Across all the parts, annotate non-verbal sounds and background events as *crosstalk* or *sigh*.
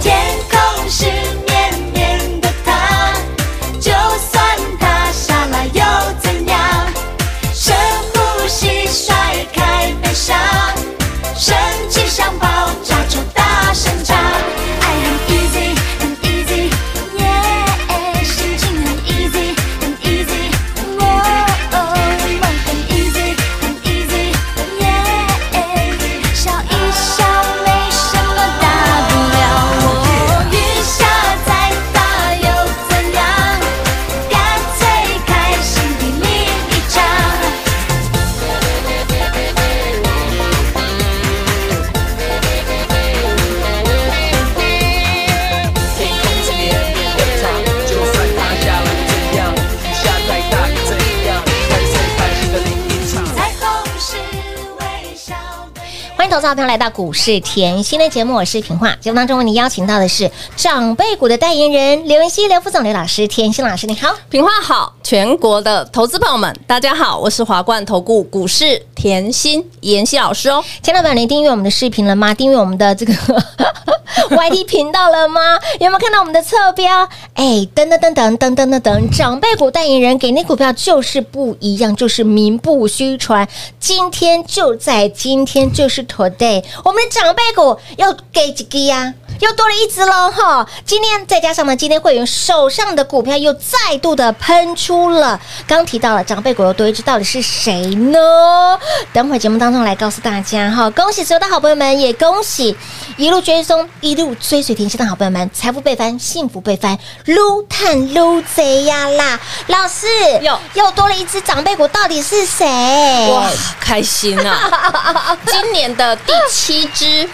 天空是绵绵的它，就算它下来又怎样？深呼吸，甩开悲伤，生气想爆炸就大声唱。爱很 easy，很 easy，耶，心情很 easy，很 easy，哦，梦很 easy，很 easy，耶，笑一笑没什么大不了。哦，雨下再大又怎样？干脆开心比另一场。天空是绵绵的它，就算它下来怎样，雨下再大又怎样，干脆开心的淋一场。彩虹是微笑的。欢迎投资好朋友来到股市甜心的节目，我是平化。节目当中为您邀请到的是长辈股的代言人刘文熙、刘副总、刘老师、甜心老师，你好。品话好，全国的投资朋友们，大家好，我是华冠投顾股市甜心妍希老师哦。钱老板，你订阅我们的视频了吗？订阅我们的这个 *laughs* YT 频道了吗？有没有看到我们的侧标？哎，等等等等等等等等，长辈股代言人给那股票就是不一样，就是名不虚传。今天就在今天，就是 today，我们的长辈股又给几个呀？又多了一只喽哈！今天再加上呢，今天会员手上的股票又再度的喷出了。刚提到了长辈股又多一只，到底是谁呢？等会节目当中来告诉大家哈。恭喜所有的好朋友们，也恭喜一路追踪、一路追随甜心的好朋友们，财富倍翻，幸福倍翻，撸探撸贼呀啦！老师有又多了一只长辈股，到底是谁？哎哇，开 *laughs* 心啊！今年的第七只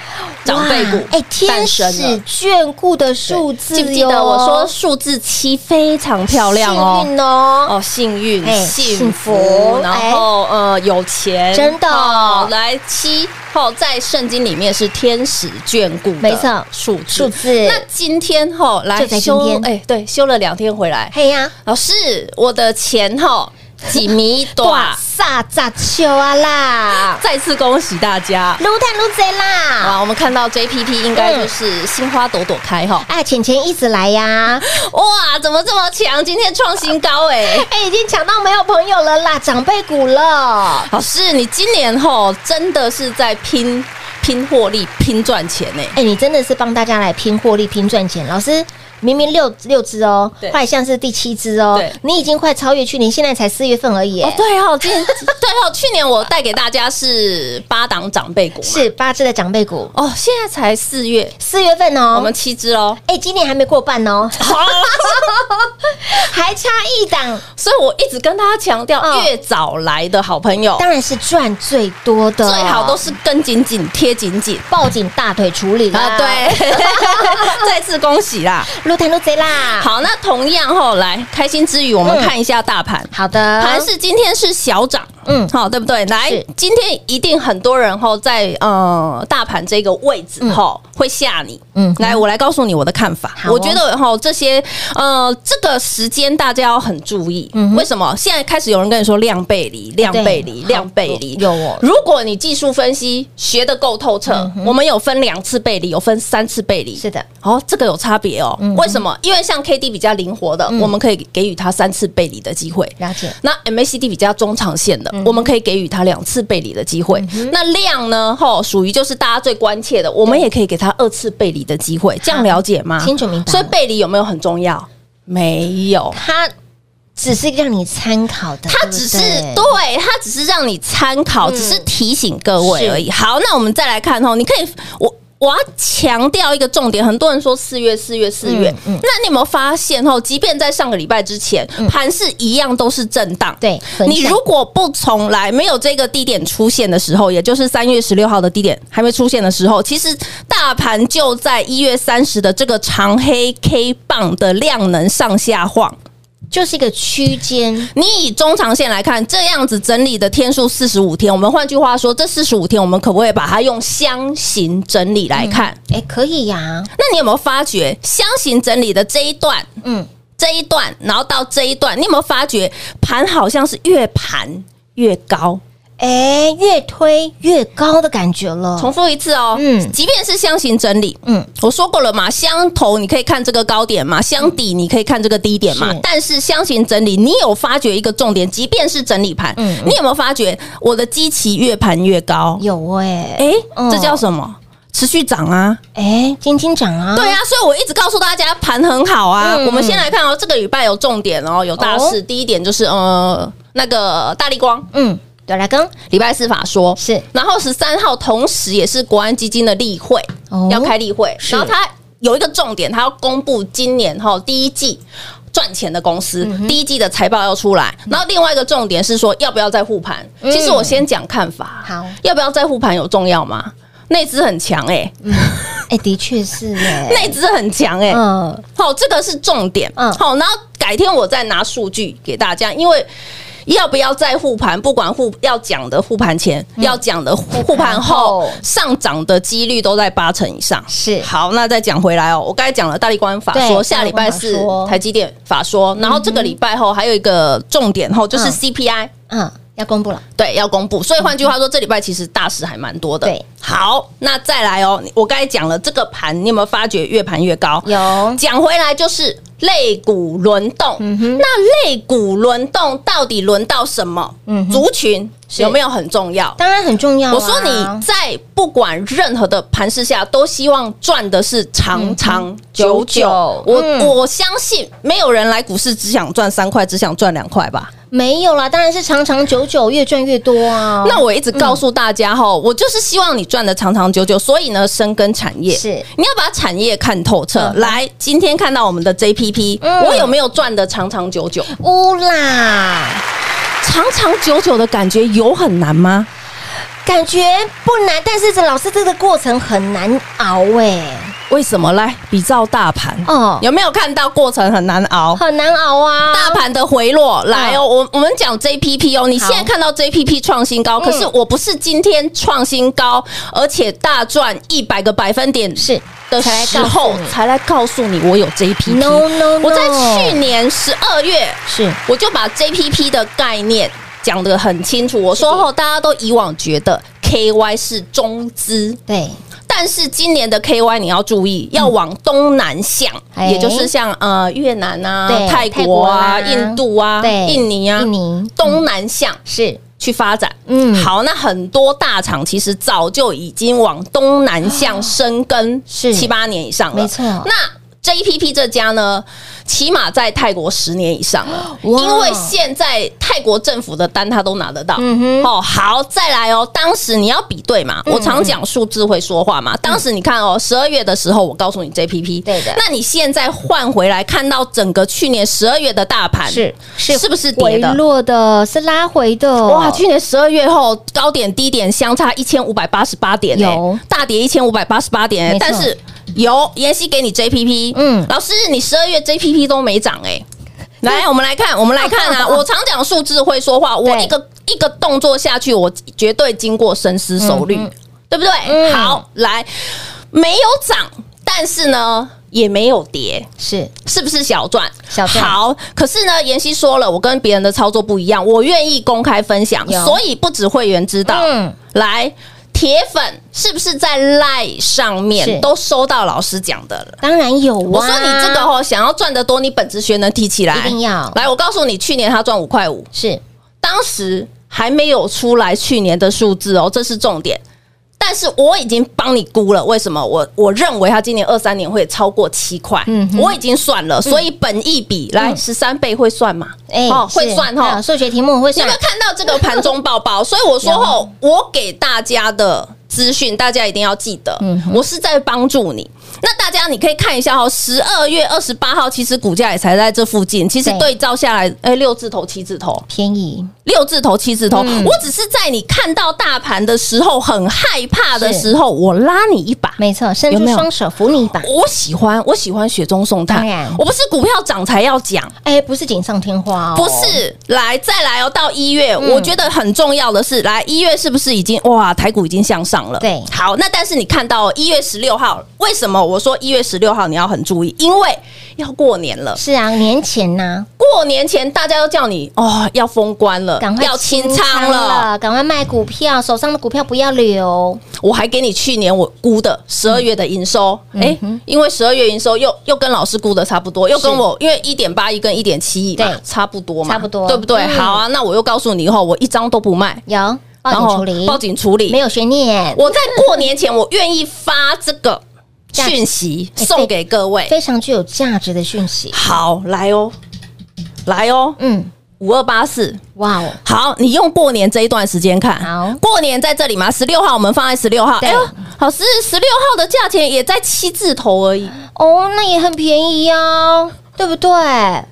长辈股哇哎，天诞使生了。眷顾的数字记不记得哟我说数字七非常漂亮哦？幸运哦哦，幸运、哎幸幸福哎福，然后呃，有钱，真的哦来七后，在圣经里面是天使眷顾的没错数字数字那今天后来就在今休天，哎，对，休了两天回来，嘿呀，老师，我的钱哈几米短 *laughs* 大，撒咋球啊 *laughs* 啦，再次恭喜大家撸探撸贼啦！啊！我们看到 JPP 应该就是心花朵朵开哈，哎，钱钱一直来呀！ *laughs* 哇，怎么这么强？今天创新高哎！哎，已经抢到没有朋友了啦，长辈股了。老师，你今年吼真的是在拼拼获利、拼赚钱呢、哎，你真的是帮大家来拼获利、拼赚钱，老师。明明六六只哦，对后来像是第七只哦对，你已经快超越去年，现在才四月份而已。哦，对哦，今年对哦，去年我带给大家是八档长辈股嘛，是八只的长辈股，哦，现在才四月，四月份哦，我们七只 *laughs* 喽。哎，今年还没过半 *laughs* 哦，还差一档，所以我一直跟大家强调，嗯越早来的好朋友，当然是赚最多的，最好都是跟紧紧、贴紧紧抱紧大腿处理啦。啊！，对， *laughs* 再次恭喜啦！撸探撸贼啦。，好，那同样后来开心之余，我们嗯看一下大盘。好的，盘是今天是小涨，嗯嗯，好，对不对？来是，今天一定很多人吼在呃大盘这个位置吼、会吓你，嗯嗯，来，我来告诉你我的看法，好哦我觉得吼这些呃这个时间大家要很注意，嗯哼啊为什么？现在开始有人跟你说量背离，量背离，对量背离，有哦嗯如果你技术分析学得够透彻，我们有分两次背离，有分三次背离，是的，嗯哦，这个有差别哦。为什么？因为像 K D 比较灵活的，我们可以给予它三次背离的机会。了解，嗯那 MACD 比较中长线的，我们可以给予它两次背离的机会。那量呢？吼，属于就是大家最关切的，我们也可以给它二次背离的机会。这样了解吗？清楚明白所以背离有没有很重要？没有。它只是让你参考的，它对不只是对嗯对，它只是让你参考，只是提醒各位而已。好，那我们再来看哦，你可以我。我要强调一个重点，很多人说四月、四月、四月，嗯那你有没有发现哦？即便在上个礼拜之前，盘市一样都是震荡。对很你像如果不从来没有这个低点出现的时候，也就是三月十六号的低点还没出现的时候，其实大盘就在一月三十的这个长黑 K 棒的量能上下晃。就是一个区间，你以中长线来看，这样子整理的天数四十五天，我们换句话说，这四十五天我们可不可以把它用箱型整理来看？哎，可以呀，那你有没有发觉箱型整理的这一段，嗯，这一段，然后到这一段，你有没有发觉盘好像是越盘越高？哎，越推越高的感觉了，重复一次哦，嗯嗯，即便是箱型整理，嗯嗯，我说过了嘛，箱头你可以看这个高点嘛，箱底你可以看这个低点嘛是，但是箱型整理，你有发觉一个重点，即便是整理盘，嗯你有没有发觉我的基期越盘越高？有哎，诶，嗯这叫什么？持续涨啊，哎，金金涨啊，对啊，所以我一直告诉大家盘很好啊。嗯我们先来看哦，这个礼拜有重点哦，有大事。第一点就是呃，那个大力光，嗯，对来跟礼拜四法说是，然后十三号同时也是国安基金的例会，哦要开例会，是然后它有一个重点，它要公布今年哈第一季。赚钱的公司、嗯第一季的财报要出来，然后另外一个重点是说要不要再护盘。其实我先讲看法，嗯好要不要再护盘有重要吗？内资很强哎、哎，的确是 *laughs* 哎，内资很强哎、嗯，好，这个是重点。嗯嗯，好，然后改天我再拿数据给大家，因为。要不要再护盘？不管护要讲的护盘前，要讲的护护盘后嗯后，上涨的几率都在八成以上。是好，那再讲回来哦，我刚才讲了大力关法对说，下礼拜四大力关法说台积电法说，然后这个礼拜后还有一个重点后就是嗯 CPI。嗯，要公布了，对，要公布。所以换句话说，这礼拜其实大事还蛮多的。对，好，那再来哦，我刚才讲了这个盘，你有没有发觉越盘越高？有讲回来就是类股轮动，嗯那类股轮动到底轮到什么？嗯哼族群是有没有很重要？当然很重要啊。我说你在不管任何的盘势下，都希望赚的是长长久久。嗯久我、嗯我相信没有人来股市只想赚三块，只想赚两块吧。没有啦，当然是长长久久，越赚越多啊。那我一直告诉大家哈、我就是希望你赚的长长久久，所以呢，深耕产业是你要把产业看透彻。嗯哼来，今天看到我们的 JPP，、嗯我有没有赚的长长久久？乌啦，长长久久的感觉有很难吗？感觉不难，但是这老师这个过程很难熬哎、为什么？来比照大盘哦有没有看到过程很难熬？很难熬啊。哦大盘的回落来哦，我我们讲 JPP 哦，你现在看到 JPP 创新高，可是我不是今天创新高，而且大赚一百个百分点是的才来时告诉候你才来告诉你我有 JPP。 No, no, no 我在去年十二月是我就把 JPP 的概念讲得很清楚，我说哦后大家都以往觉得 KY 是中资。对，但是今年的 KY 你要注意，要往东南向，哎也就是像呃越南啊对、泰泰国国啊、啊印度啊、对印尼啊、印尼嗯东南向是去发展。嗯嗯，好，那很多大厂其实早就已经往东南向深耕啊是七八年以上了，没错那 JPP 这家呢，起码在泰国十年以上了，因哇为现在泰国政府的单他都拿得到。嗯哼哦，好，再来哦，当时你要比对嗯嘛，我常讲数字会说话嘛。当时你看哦，十二月的时候我告诉你 JPP，对的那你现在换回来看到整个去年十二月的大盘是是是不是跌回的？落的，是拉回的。哇，去年十二月后高点低点相差一千五百八十八点、欸，有大跌一千五百八十八点、欸没错但是有妍希给你 JPP，嗯嗯，老师你十二月 JPP 都没涨哎、 *laughs* 欸来，我们来看，我们来看啊！我常讲数字会说话，我对一个一个动作下去，我绝对经过深思熟虑，对不对？嗯好，来，没有涨，但是呢也没有跌，是是不是小赚？小赚好，可是呢，妍希说了，我跟别人的操作不一样，我愿意公开分享有，所以不止会员知道。嗯来，铁粉是不是在 Line 上是面都收到老师讲的了？当然有啊。我说你这个哦，想要赚得多，你本职学能提起来，一定要来。我告诉你，去年他赚五块五，是当时还没有出来去年的数字哦，这是重点。但是我已经帮你估了，为什么我我认为它今年二三年会超过七块，嗯哼嗯我已经算了，所以本益比、来十三倍会算吗？哎、哦，是会算还有哈。数学题目会你算 *laughs* 有没有看到这个盘中报报？所以我说吼，我给大家的资讯，大家一定要记得。嗯哼我是在帮助你。那大家你可以看一下哦，十二月二十八号，其实股价也才在这附近。其实对对照下来，哎，六字头、七字头，便宜，六字头、七字头，嗯我只是在你看到大盘的时候，很害怕的时候，我拉你一把。没错，伸出有没有双手扶你一把。我喜欢，我喜欢雪中送炭当然。我不是股票涨才要讲，哎，不是锦上添花哦，嗯不是，来再来哦，到一月，我觉得很重要的是，来一月是不是已经哇，台股已经向上了？对好，那但是你看到哦一月十六号，为什么我说一月十六号你要很注意？因为要过年了。是啊，年前呐，过年前大家都叫你哦，要封关了赶，快要清仓仓了。，赶快卖股票，手上的股票不要留。我还给你去年我估的十二月的营收，嗯哎、因为十二月营收又又跟老师估的差不多，又跟我因为一点八亿跟一点七亿嘛对，差不多嘛，差不多对不对？嗯好啊，那我又告诉你以后，我一张都不卖，有报然警后处理，报警处理。没有悬念，我在过年前，我愿意发这个价值讯息哎送给各位。非常具有价值的讯息。好，来哦，来哦，嗯，五二八四。哇哦，好，你用过年这一段时间看。好过年在这里嘛，十六号我们放在十六号。对哎呦，老师，十六号的价钱也在七字头而已。哦，那也很便宜哦，对不对哦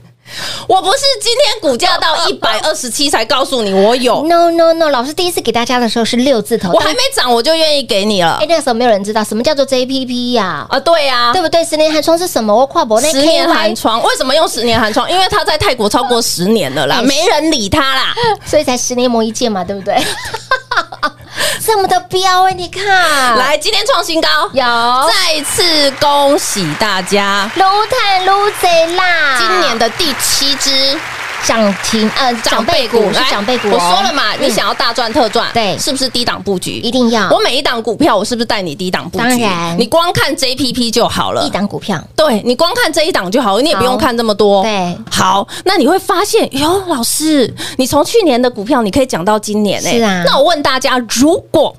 我不是今天股 *laughs* 价到一百二十七才告诉你我有， ？No No No，老师第一次给大家的时候是六字头，我还没涨我就愿意给你了哎，。那个时候没有人知道什么叫做 JPP 呀、啊，对呀、对不对？十年寒窗是什么？我跨博那十年 KY 寒，窗，为什么用十年寒窗？因为他在泰国超过十年了啦，哎没人理他啦。所以才十年磨一剑嘛，对不 *laughs* 对？这么的彪哎、你看，来，今天创新高，有再次恭喜大家，撸碳撸贼啦，今年的第七只涨停呃长辈股是来长辈股、哦，我说了嘛，你嗯想要大赚特赚，对是不是低档布局一？定要我每一档股票，我是不是带你低档布局？当然你光看 JPP 就好了一。档股票，对你光看这一档就好，你也不用看这么多。对好，那你会发现，哟，老师，你从去年的股票，你可以讲到今年诶、是啊那我问大家，如果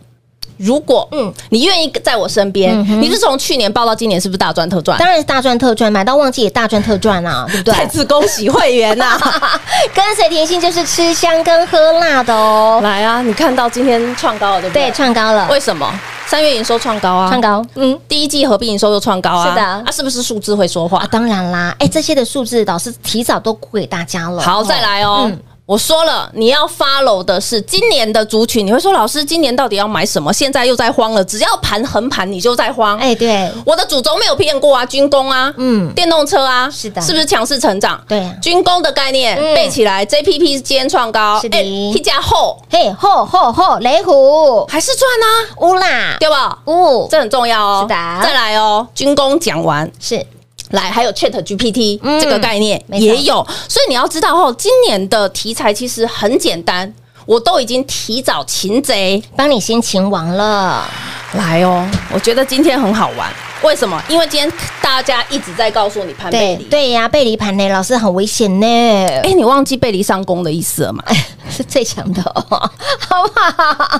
如果嗯，你愿意在我身边，嗯哼你是从去年报到今年，是不是大赚特赚？当然是大赚特赚，买到忘记也大赚特赚 *laughs* 啊，对不对？再次恭喜会员啊呐、 *laughs* 跟随甜心就是吃香跟喝辣的哦，来啊，你看到今天创高了，对不对？对，创高了，为什么？三月营收创高啊，啊创高，嗯。第一季合并营收又创高啊，是的啊，是不是数字会说话啊，？当然啦，哎，这些的数字老师提早都估给大家了。好，再来哦。嗯我说了，你要 follow 的是今年的族群。你会说，老师，今年到底要买什么？现在又在慌了，只要盘横盘，你就在慌。哎，对，我的主轴没有变过啊，军工啊，嗯嗯，电动车啊，是的是不是强势成长？对啊军工的概念嗯背起来，JPP 今天创高，哎是的一加后嘿，吼吼吼，雷虎还是赚啊，乌啦，对吧？乌这很重要哦。是的再来哦，军工讲完，是来，还有 Chat GPT、嗯这个概念没错也有，所以你要知道哦，今年的题材其实很简单，我都已经提早擒贼帮你先擒王了，来哦。我觉得今天很好玩，为什么？因为今天大家一直在告诉你盘贝对里，，对呀，背离盘呢，老师很危险呢，哎，你忘记贝里上攻的意思了嘛？ *laughs* 是最强的哦， *laughs* 好不好？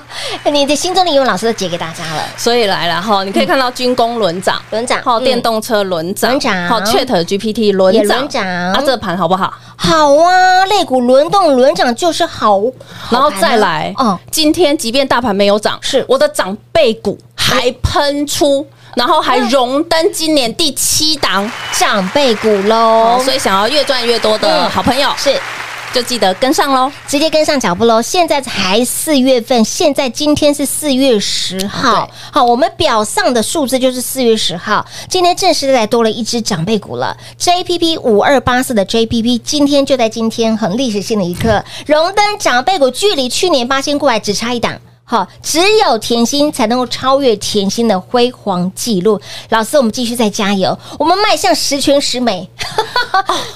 你的心中里有老师的解给大家了，所以来了哈，你可以看到军工轮涨。轮长，好，嗯电动车轮涨，轮涨好，Chat GPT 轮也涨，轮涨啊，这盘好不好？好啊，肋骨轮动轮长就是好，然后好盘啊再来，嗯，今天即便大盘没有涨，是我的长辈股还喷出，然后还荣登今年第七档，长辈股哦喽，，所以想要越赚越多的嗯好朋友，是。就记得跟上喽。直接跟上脚步喽！现在才四月份，现在今天是四月十号对，好，我们表上的数字就是四月十号。今天正式的来多了一只长辈股了，JPP 五二八四的 JPP，今天就在今天很历史性的一刻，荣登长辈股，距离去年八千过来只差一档。好，只有甜心才能够超越甜心的辉煌记录。老师，我们继续再加油，我们迈向十全十美， *laughs*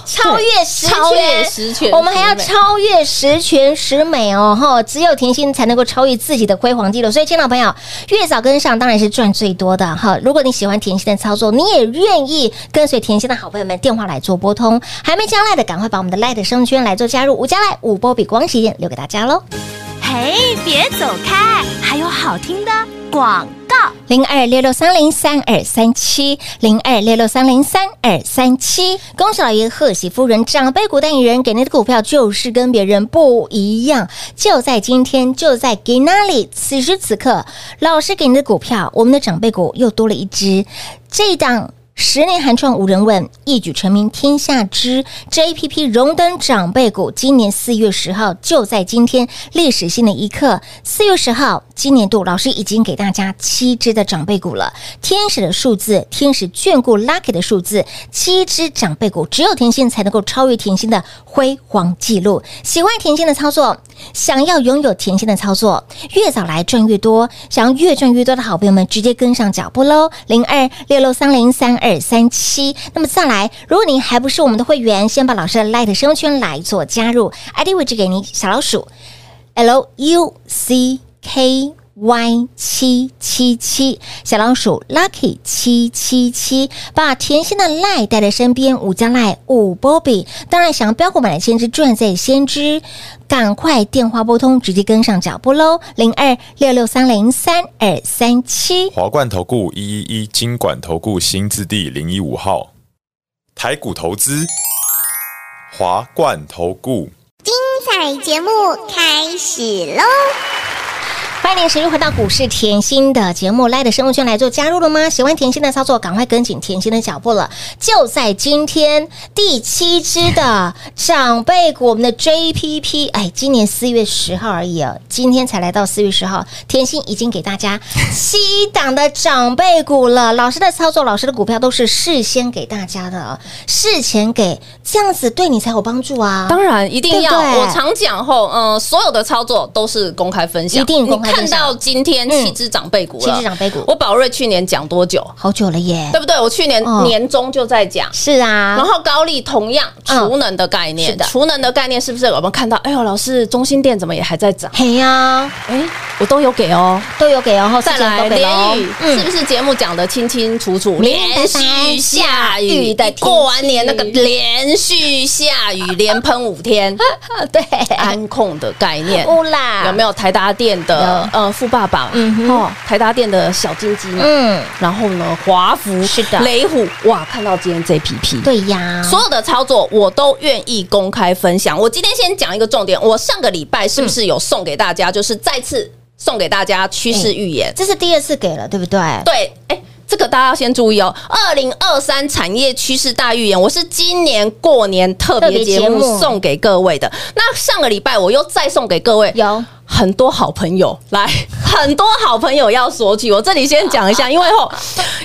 超越十全，超越十全我们还要十美超越十全十美哦，哈！只有甜心才能够超越自己的辉煌记录，所以，亲老朋友，越早跟上当然是赚最多的哈。如果你喜欢甜心的操作，你也愿意跟随甜心的好朋友们电话来做拨通，还没加赖的，赶快把我们的赖的生活圈来做加入，五加赖五波比光时间留给大家喽。嘿，别走开，还有好听的广告。零二六六三零三二三七零二六六三零三二三七。恭喜老爷，贺喜夫人，长辈股代理人给您的股票就是跟别人不一样，就在今天，就在给那里，此时此刻，老师给您的股票，我们的长辈股又多了一只，这一档。十年寒窗无人问，一举成名天下知。JPP 荣登长辈股，今年四月十号就在今天历史性的一刻，四月十号，今年度老师已经给大家七只的长辈股了，天使的数字，天使眷顾 Lucky 的数字，七只长辈股，只有甜心才能够超越甜心的辉煌记录。喜欢甜心的操作，想要拥有甜心的操作，越早来赚越多，想要越赚越多的好朋友们，直接跟上脚步喽，零二六六三零三二三七。那么再来，如果您还不是我们的会员，先把老师的 Light 生活圈来做加入，ID 位置给您小老鼠 L U C K。Y 七七七小老鼠 Lucky 七七七，把甜心的赖带在身边，五加赖五波比。当然，想要标股买的先知赚在先知，赶快电话拨通，直接跟上脚步喽，零二六六三零三二三七。华冠投顾一一一金管投顾新字第零一五号，台股投资，华冠投顾。彩节目开始喽！欢迎您持续回到股市甜心的节目，来的生活圈来做加入了吗？喜欢甜心的操作，赶快跟紧甜心的脚步了。就在今天，第七只的长辈股，我们的 JPP，哎，今年四月十号而已啊，今天才来到四月十号，甜心已经给大家七档的长辈股了。老师的操作，老师的股票都是事先给大家的啊，事前给，这样子对你才有帮助啊。当然一定要，对不对我常讲吼，嗯、所有的操作都是公开分享，一定公开分你享看到今天嗯七只长辈股了，七只长辈股我宝瑞去年讲多久，好久了耶对，不对？我去年哦年中就在讲。是啊，然后高丽同样嗯储能的概是念的，储能的概念是不是我们看到？哎呦，老师，中心店怎么也还在涨？嘿呀、哎，我都有给哦。都有给哦，哦嗯后再来，连雨是不是节目讲的清清楚楚？连续下雨的天气过完年那个连续下 *laughs* 雨，连喷五 *laughs* 天，对，安控的概念。乌啦，有没有？有台达电的呃富爸爸？嗯哼哦，台达电的小金鸡嘛。嗯，然后呢，华孚是的雷虎哇，看到今天 JPP 对呀，所有的操作我都愿意公开分享。我今天先讲一个重点，我上个礼拜是不是有送给大家，就是再次送给大家趋势预言？这是第二次给了，对不对？嗯对，哎、这个大家要先注意哦。二零二三产业趋势大预言，我是今年过年特别节特别节目目送给各位的。那上个礼拜我又再送给各位，有很多好朋友来，很多好朋友要索取。我这里先讲一下，因为后，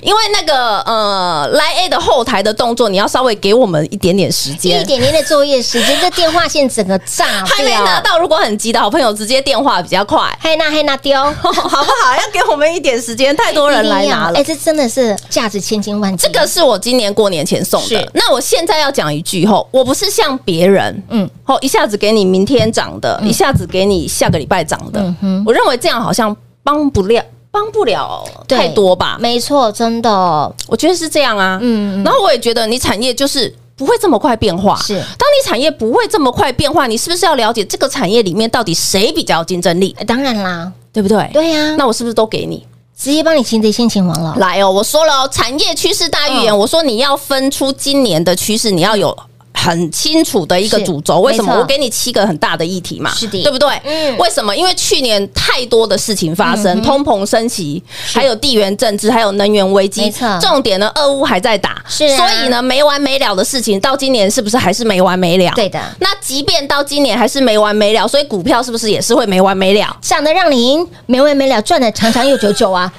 因为那个呃，来 A 的后台的动作，你要稍微给我们一点点时一间。点点的作业时间，这电话线整个炸 *laughs* 还没拿掉。，到，如果很急的好朋友，直接电话比较快嘿那嘿那丢，哦好不 *laughs* 好？要给我们一点时间，太多人来拿一定要了嗯哎，。这真的是价值千金万金。这个是我今年过年前送是的。那我现在要讲一句吼，我不是像别人，嗯嗯，哦，一下子给你明天涨的，一下子给你下个礼拜涨的，我认为这样好像帮不了，帮不了对太多吧。没错，真的哦我觉得是这样啊，嗯嗯。然后我也觉得你产业就是。不会这么快变化。是当你产业不会这么快变化，你是不是要了解这个产业里面到底谁比较有竞争力，哎当然啦，对不对？对呀，那我是不是都给你？直接帮你擒贼先擒王了。来哦，我说了哦，产业趋势大预嗯言，我说你要分出今年的趋势，你要有。很清楚的一个是主轴，为什没么错我给你七个很大的议题嘛？是的对不对？嗯为什么？因为去年太多的事情发生，通膨升级，还有地缘政治，还有能源危没机错。重点呢，俄乌还在打，是啊所以呢，没完没了的事情，到今年是不是还是没完没了？对的那即便到今年还是没完没了，所以股票是不是也是会没完没了？涨得让你赢，没完没了，赚的长长又久久 *laughs* 啊！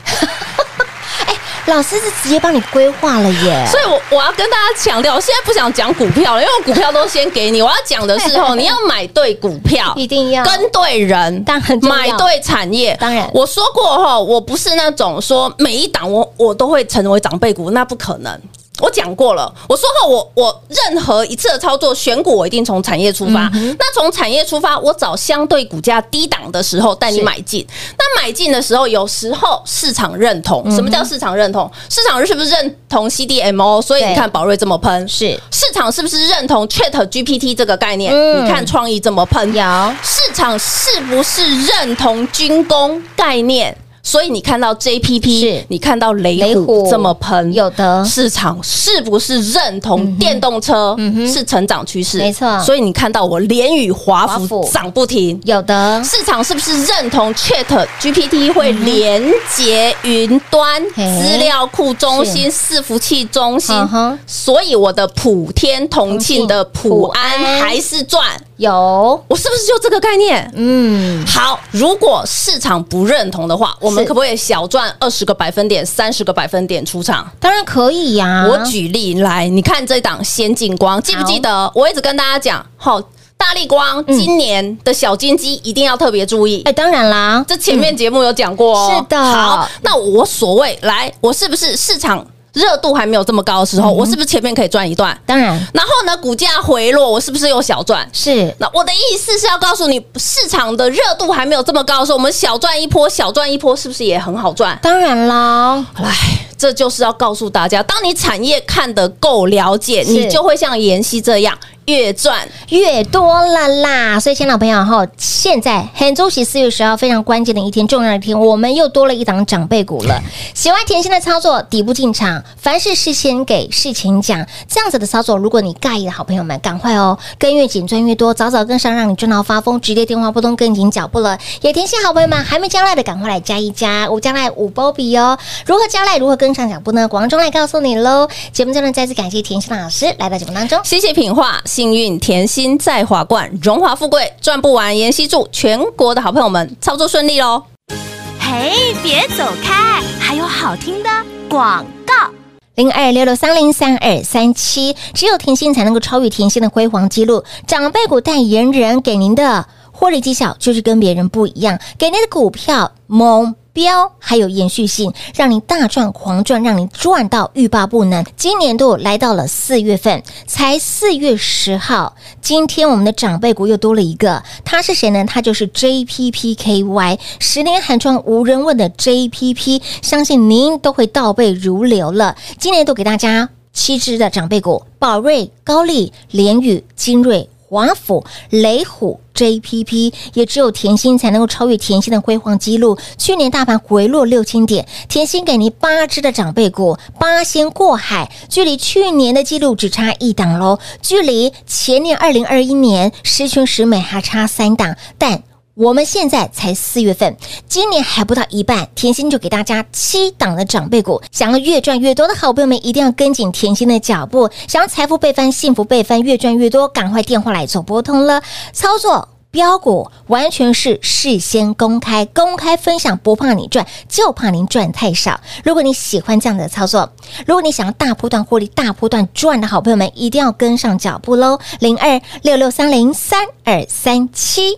哎，老师是直接帮你规划了耶，所以我，我要跟大家强调，我现在不想讲股票了，因为我股票都先给你。我要讲的 *laughs* 是哦，你要买对股票，一定要跟对人，当然重要买对产业。当然我说过哈，我不是那种说每一档我我都会成为长辈股，那不可能。我讲过了，我说后我我任何一次的操作选股，我一定从产业出嗯发。那从产业出发，我找相对股价低档的时候带你买进。那买进的时候，有时候市场认同，嗯什么叫市场认同？市场是不是认同 CDMO？所以对你看宝瑞这么喷，是市场是不是认同 Chat GPT 这个概念？嗯你看创意这么喷，有市场是不是认同军工概念？所以你看到 JPP，是你看到雷雷虎虎这么喷，有的嗯市场是不是认同电动车是成长趋势？没错所以你看到我联宇华华孚孚涨不停，有的市场是不是认同 Chat GPT 会连接云端嘿资料库中心、伺服器中心嗯哼？所以我的普天同庆的普安普安还是赚，有，我是不是就这个概念？嗯，好，如果市场不认同的话，我们是可不可以小赚二十个百分点、三十个百分点出场？当然可以呀、我举例来，你看这档先进光，记不记得？我一直跟大家讲，好，大力光今年的小金鸡一定要特别注意。嗯哎，当然啦，这前面节目有讲过、哦嗯是的好，那我所谓来，我是不是市场热度还没有这么高的嗯时候，我是不是前面可以赚一段？当然然后呢，股价回落，我是不是有小赚？是那我的意思是要告诉你，市场的热度还没有这么高的时候，我们小赚一波，小赚一波，是不是也很好赚？当然啦，哎，这就是要告诉大家，当你产业看得够了解，是你就会像妍希这样越赚。越多了啦。所以，亲爱的朋友哈，现在很周喜四月十号非常关键的一天，重要的一天，我们又多了一档长辈股了。喜欢甜心的操作，底部进场，凡事事先给，事前讲，这样子的操作，如果你介意的好朋友们，赶快哦，跟越紧赚越多，早早跟上，让你赚到发疯，直接电话拨通跟紧脚步了。也甜心好朋友们，还没加赖的，赶快来加一加，五加赖五波比哦。如何加赖，如何跟上脚步呢？广中来告诉你喽。节目真的再次感谢甜心老师来到节目当中。谢谢品画，幸运甜心在华冠，荣华富贵赚不完。妍希祝全国的好朋友们操作顺利喽！嘿，别走开，还有好听的广告。零二六六三零三二三七，只有甜心才能够超越甜心的辉煌记录。长辈股代言人给您的获利绩效就是跟别人不一样，给您的股票猛标还有延续性，让你大赚狂赚，让你赚到欲罢不能。今年度来到了四月份，才四月十号，今天我们的长辈股又多了一个，他是谁呢？他就是 JPPKY，十年寒窗无人问的 JPP，相信您都会倒背如流了。今年都给大家七只的长辈股：宝瑞、高丽、联宇、精锐。华府、雷虎、JPP，也只有甜心才能够超越甜心的辉煌纪录。去年大盘回落六千点，甜心给您八只的长辈股，八仙过海，距离去年的记录只差一档喽，距离前年二零二一年十全十美还差三档，但。我们现在才四月份，今年还不到一半，甜心就给大家七档的长辈股。想要越赚越多的好朋友们，一定要跟紧甜心的脚步。想要财富倍翻、幸福倍翻、越赚越多，赶快电话来做拨通了。操作标股完全是事先公开，公开分享，不怕你赚，就怕您赚太少。如果你喜欢这样的操作，如果你想要大波段获利、大波段赚的好朋友们，一定要跟上脚步喽。零二六六三零三二三七。